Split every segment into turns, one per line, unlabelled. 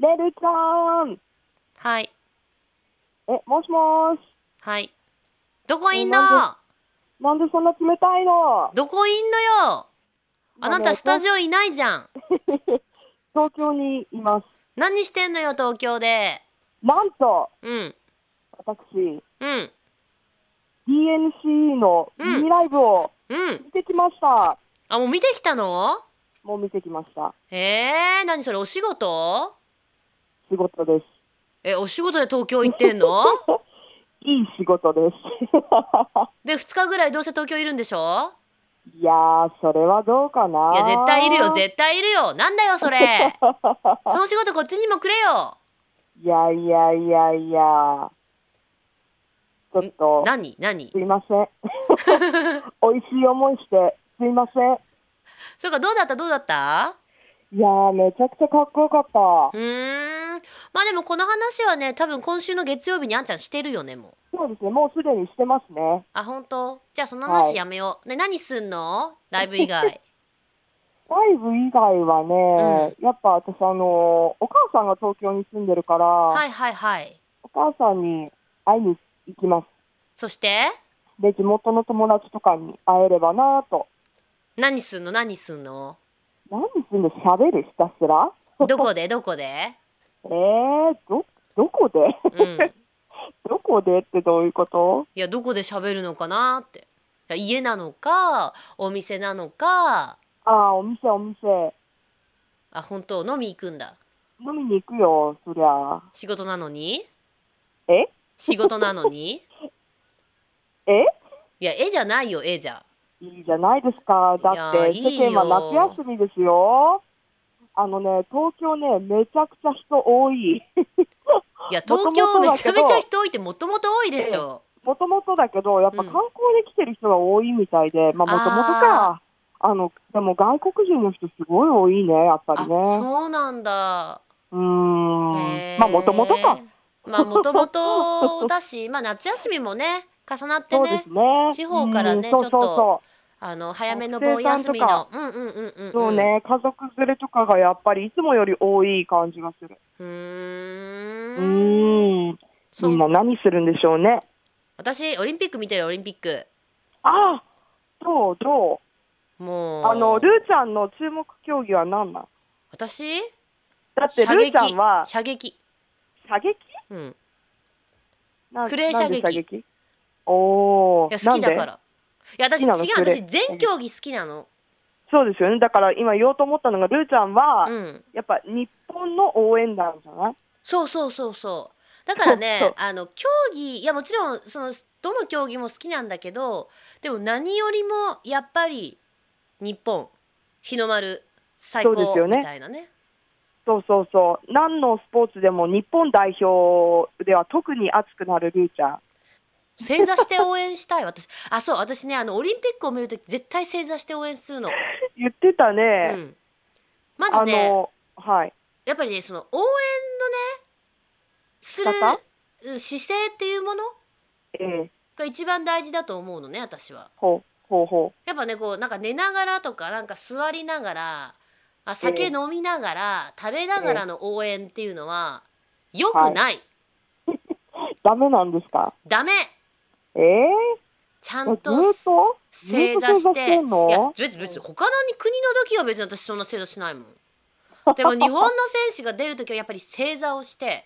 レルちゃん。
はい。
え、もしもーし。
はい。どこいんの
えななんでそんな冷たいの
どこいんのよあなたスタジオいないじゃん。
オ。東京にいます。
何してんのよ、東京で。
なんと、
うん。
私、
うん。
DNC の
うん
ミニライブを
うん。
見てきました。
あ、もう見てきたの
もう見てきました。
えー、何それ、お仕事
仕事です。
え、お仕事で東京行ってん の
いい仕事です。
で、2日ぐらいどうせ東京いるんでしょ
いやー、それはどうかな。
いや、絶対いるよ、絶対いるよ。なんだよ、 それ。その仕事こっちにもくれよ。
いやいやいやいや。ちょっと、
何何
すいません。 美味しい思いして、すいません。
そうか、どうだったどうだった
いやー、めちゃくちゃかっこよかった。
うーん。まあでもこの話はね、多分今週の月曜日にあんちゃんしてるよね、もう。
そうですね、もうすでにしてますね。
あ、本当じゃあその
は
話
い
やめよう。ね、何すんのライブ以外。
ライブ以外はね、やっぱ私、あのお母さんが東京に住んでるから、
はいはいはい。
お母さんに会いに行きます。
そして
で、地元の友達とかに会えればなぁと。
何すんの何す んの
何すんの喋るひたすら
どこでどこで
えー、ど、どこで
うん。
どこでってどういうこと
いや、どこで喋るのかなって。いや家なのか、お店なのか、
ああ、お店お店。
あ、本当飲み行くんだ。
飲みに行くよ、そりゃ。
仕事なのに
え
仕事なのに
え
いや、絵じゃないよ、絵じゃ。
いいじゃないですか。だっ
い
て、
やいい
世
よ
間は夏休みですよ。あのね、東京ね、めちゃくちゃ人多い。
いや、
元々
東京め
だ
ちゃ
けど
めちゃ人多いってもともと多いでしょ。
もともとだけど、やっぱ
う
観
ん
光で来てる人が多いみたいで、まあもともとか。あの、でも外国人の人すごい多いね、やっぱ
あ、
りね。
そうなんだ。
うーん。
へー
まあもともとか。。
まあもともとだし、 まあ夏休みもね、重なって
そうで
ね
す、ね。
地方からね
うんそうそう
ちょ
そ
あの早めの
学
盆
生さん
休
と
み
か
の、うんうんうんうん、う
う。
ん、
そうね、家族連れとかがやっぱりいつもより多い感じがする。
う
う
ーん。
ーん。
そ
みん
う。
な何するんでしょうね。
私オリンピック見てるオリンピック。
ああ、どうどう
もう。
あの、ルーちゃんの注目競技は何なん
私？
だってルーちゃんは
射撃。
射撃
うん。
な
クレー射撃
なんでおお。
いや好き
な
だか
んで
ら。いや私違
好き
う
なのそれ
私全競技好きなの。
そうですよね。だから今言おうと思ったのが、ルーちゃんは、
うん。
やっぱ日本の応援団じゃない
そうそうそうそう。だから
そう
ね、あの競技いやもちろんそのどの競技も好きなんだけど、でも何よりもやっぱり日本日の丸最
そうです
高
よね
みたいなね。
そうそうそう。何のスポーツでも日本代表では特に熱くなるルーちゃん。
正座して応援したい私あそう私ねあのオリンピックを見るとき絶対正座して応援するの、
言ってた
う
ね。
ん、ま
あ
ずね
の、はい。
やっぱりねその応援のねする
方
うん姿勢っていうもの
ええ
が一番大事だと思うのね私は
ほうほうほ
やっぱねこうなんか寝ながらとかなんか座りながらあ酒飲みながら食べながらの応援っていうのは良くない、
う。ダメなんですか
ダメ
ええ
ちゃん
ず
と
っと
正座して
ずっと正座してんの
いや別に別に他の国の時は別に私そんな正座し ないもんでも日本の選手が出る時はやっぱり正座をして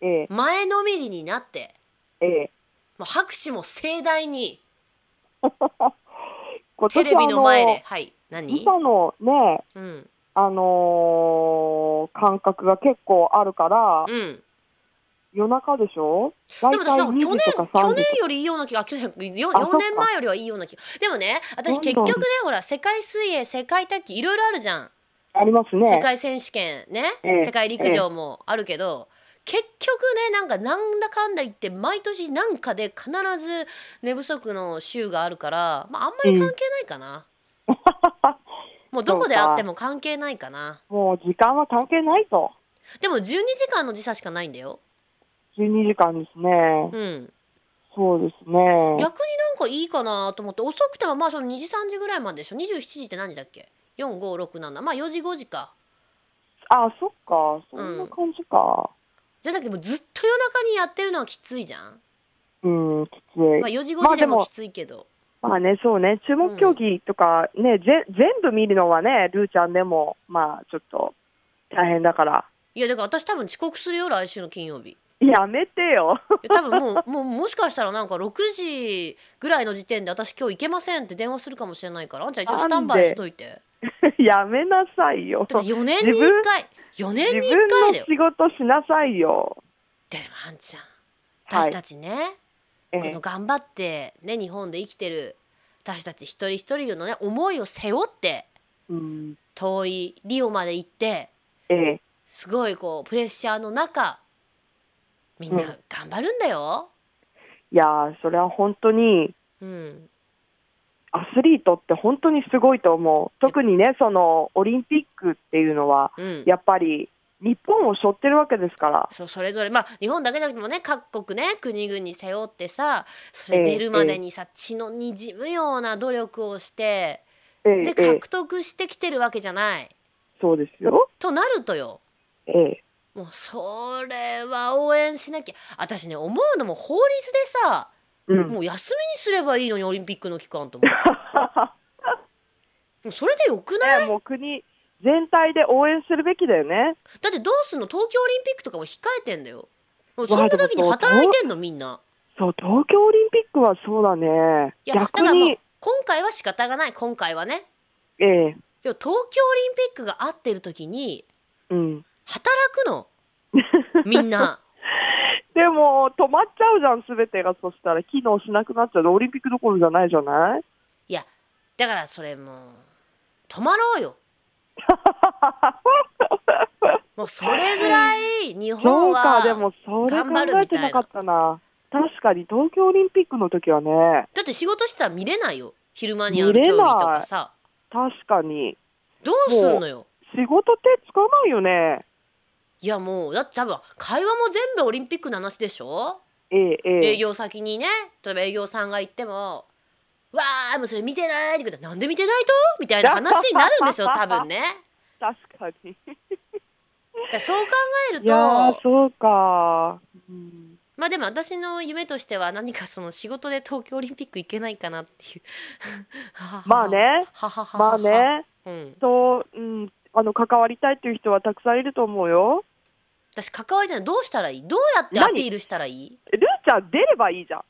ええ
前のめりになって
ええ
もう拍手も盛大に
今年
テレビの前で
あ
はい
の
何
板のね、
うん
あのー感覚が結構あるから、
うん
夜中でしょ
で
大
も
体
私なん
2
か
時
去
と
年
か3
去
時
年よりいいような気が去年よ
あそっか
4年前よりはいいような気がでもね私
どん
結
どん
局ねほら世界水泳世界卓球いろいろあるじゃん
あります
世
ね。
界選手権ね、
ええ
世界陸上もあるけど、結局ねなんかなんだかんだ言って毎年なんかで必ず寝不足の週があるから、まあ、あんまり関係ないかな、もうどこであっても関係ないかな
もう時間は関係ないと。
でも12時間の時差しかないんだよ、
12時間ですね。
うん、
そうですね
逆に。なんかいいかなと思って遅くてもまあその2時3時ぐらいまででしょ27時って何時だっけ4567まあ4時5時か
あ、そっか。そんな感じか。
じゃなくてもうずっと夜中にやってるのはきついじゃん。
うん、きつい。
まあ4時
ま
5
あ
時で
でも
もきついけど。
まあね、そうね、注目競技とかね、ぜ全部見るのはね、ルーちゃんでも、まあちょっと大変だから。
いやだから私多分遅刻するよ来週の金曜日。い
やめてよ。
や多分もう もうもしかしたらなんか6時ぐらいの時点で私今日行けませんって電話するかもしれないからあんちゃん一応スタンバイしといて。
やめなさいよ。
だって4年に1
自分
回4
自
年に1
分
回
の
だよ。
仕事しなさいよ。
でもあんちゃん
はい
私たちね、
え
こ
え
の頑張ってね日本で生きてる私たち一人一人のね思いを背負って
うん、
遠いリオまで行って
ええ
すごいこうプレッシャーの中みん
う
なん頑張るんだよ。
いやー、それは本当に、
うん、
アスリートって本当にすごいと思う。特にね、そのオリンピックっていうのは、
うん
やっぱり日本を背負ってるわけですから。
そうそれぞれまあ日本だけじゃなくてもね各国ね国々背負ってさそれ出るまでにさ、血のにじむような努力をして
ええ
で
ええ
獲得してきてるわけじゃない。
そうですよ。
となるとよ
ええ
もうそれは応援しなきゃ私ね思うのも法律でさ
うん、
もう休みにすればいいのにオリンピックの期間と思うもうそれでよくない
ね、もう国全体で応援するべきだよね。
だってどうすんの東京オリンピックとかも控えてんだよもうそんな
わあでも
時に働いてんのみんな
そう、東京オリンピックはそうだね。
いやだか
逆
らもう
に、
今回は仕方がない今回はね
ええ
でも東京オリンピックが合ってる時に
うん。
働く のみんな
でも、止まっちゃうじゃん、すべてが。そしたら、機能しなくなっちゃう。オリンピックどころじゃないじゃ ない
だからそれもう止まろうよもうそれぐらい日
そ
本
うか、
は
でも、それ
頑張る
考え
み
て
たいな
なかったな。確かに、東京オリンピックの時はね、
だって仕事したら見れないよ昼間にある競
見れない
技とかさ
確かに、
どうすんのよ
仕事手つかないよね。
いやもうだって多分会話も全部オリンピックの話でしょ、
えええ
営
え
業先にね例えば営業さんが行っても「わあもうそれ見てない」って言うからなんで見てないと?」みたいな話になるん ですよ多分ね。
確かに。
だからそう考える
いやー
と
そうか。うん
まあでも私の夢としては何かその仕事で東京オリンピック行けないかなっていう
まあね、
はははは
まあね、
うん、
と、うん、あの関わりたいっていう人はたくさんいると思うよ。
私関わりたいのどうしたらいいどうやってアピールしたらいい
ルーちゃん出ればいいじゃん。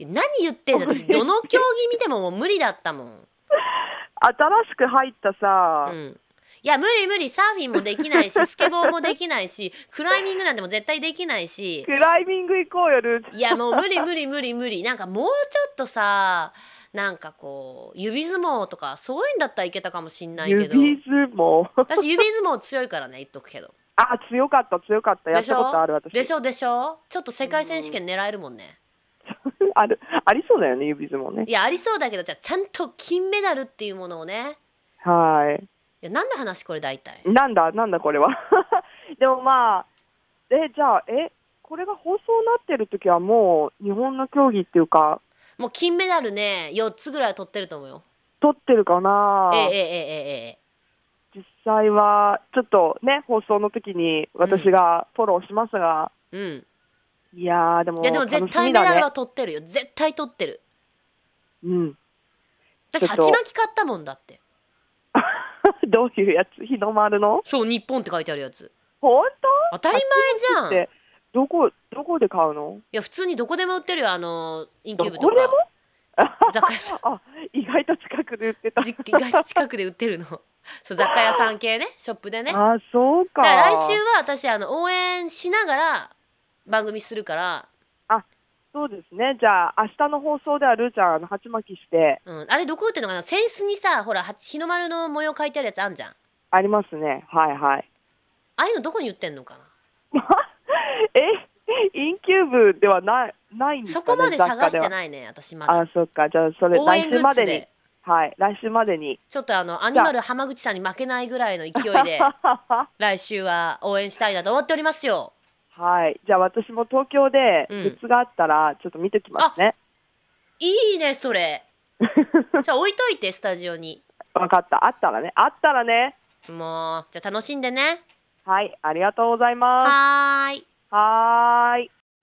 何言ってんの私どの競技見てももう無理だったもん。
新しく入ったさ、
うん、いや無理無理サーフィンもできないし スケボーもできないしクライミングなんても絶対できないし
クライミング行こうよルーちゃん。
いやもう無理無理無理無理なんかもうちょっとさなんかこう指相撲とかそういうんだったらいけたかもしんないけど
指相撲。
私指相撲強いからね言っとくけど
あ、強かった強かった。や
で
っ
しょ
たことある私。
でしょでしょちょっと世界選手権狙えるもんね
あるありそうだよね指相撲ね
い。やありそうだけどじゃあちゃんと金メダルっていうものをね
はい
や何の話これ大体
い。なんだなんだこれは。 でもまあ、えじゃあえこれが放送になってる時はもう日本の競技っていうか
もう金メダルね4つぐらいは取ってると思うよ
取ってるかな。
えええええええ
実際はちょっとね放送の時に私がフォローしますが、
えうん
いやーでも
いやでも
楽し
絶対
み
メダ
だ
ル
ね
は。取ってるよ絶対取ってる
うん、 ち
私
ょっ
鉢
と
巻き買ったもんだって
どういうやつ日の丸の
そう日本って書いてあるやつ
本
当たり前
当っ
じゃんい
てどこどこで買うの
や普通にどこでも売ってるよあのインキ
ど
ューブと
こでも
か 雑貨屋さん
あ意外と近くで売ってた。
じ意外と近くで売ってるの そう雑貨屋さん系ねショップでねだか
あそうか。
ら来週は私あの応援しながら番組するから、
そうですねじゃあ明日の放送ではルーちゃんあの鉢巻きして
うん、あれどこ売ってるのかなセンスにさほらは日の丸の模様書いてあるやつあんじゃんあ
ありますねはいはい。
あいうのどこに売ってんのかな
えインキューブではないないんですか
そ
ね
こまで探して
い。
ないね私まだ
あそっかじゃあそれ
応
来
援グ
週ま
ッズ
でに
で。
はい来週までに。
ちょっとあのアニマル浜口さんに負けないぐらいの勢い で来週は応援したいなと思っておりますよ。
はい。じゃあ私も東京で
うん
グッズがあったらちょっと見てきますね。
いいねそれ。じゃあ置いといてスタジオに。
わかった。あったらね。あったらね。
もうじゃあ楽しんでね。
はい、ありがとうございま
はーい
す。はーい。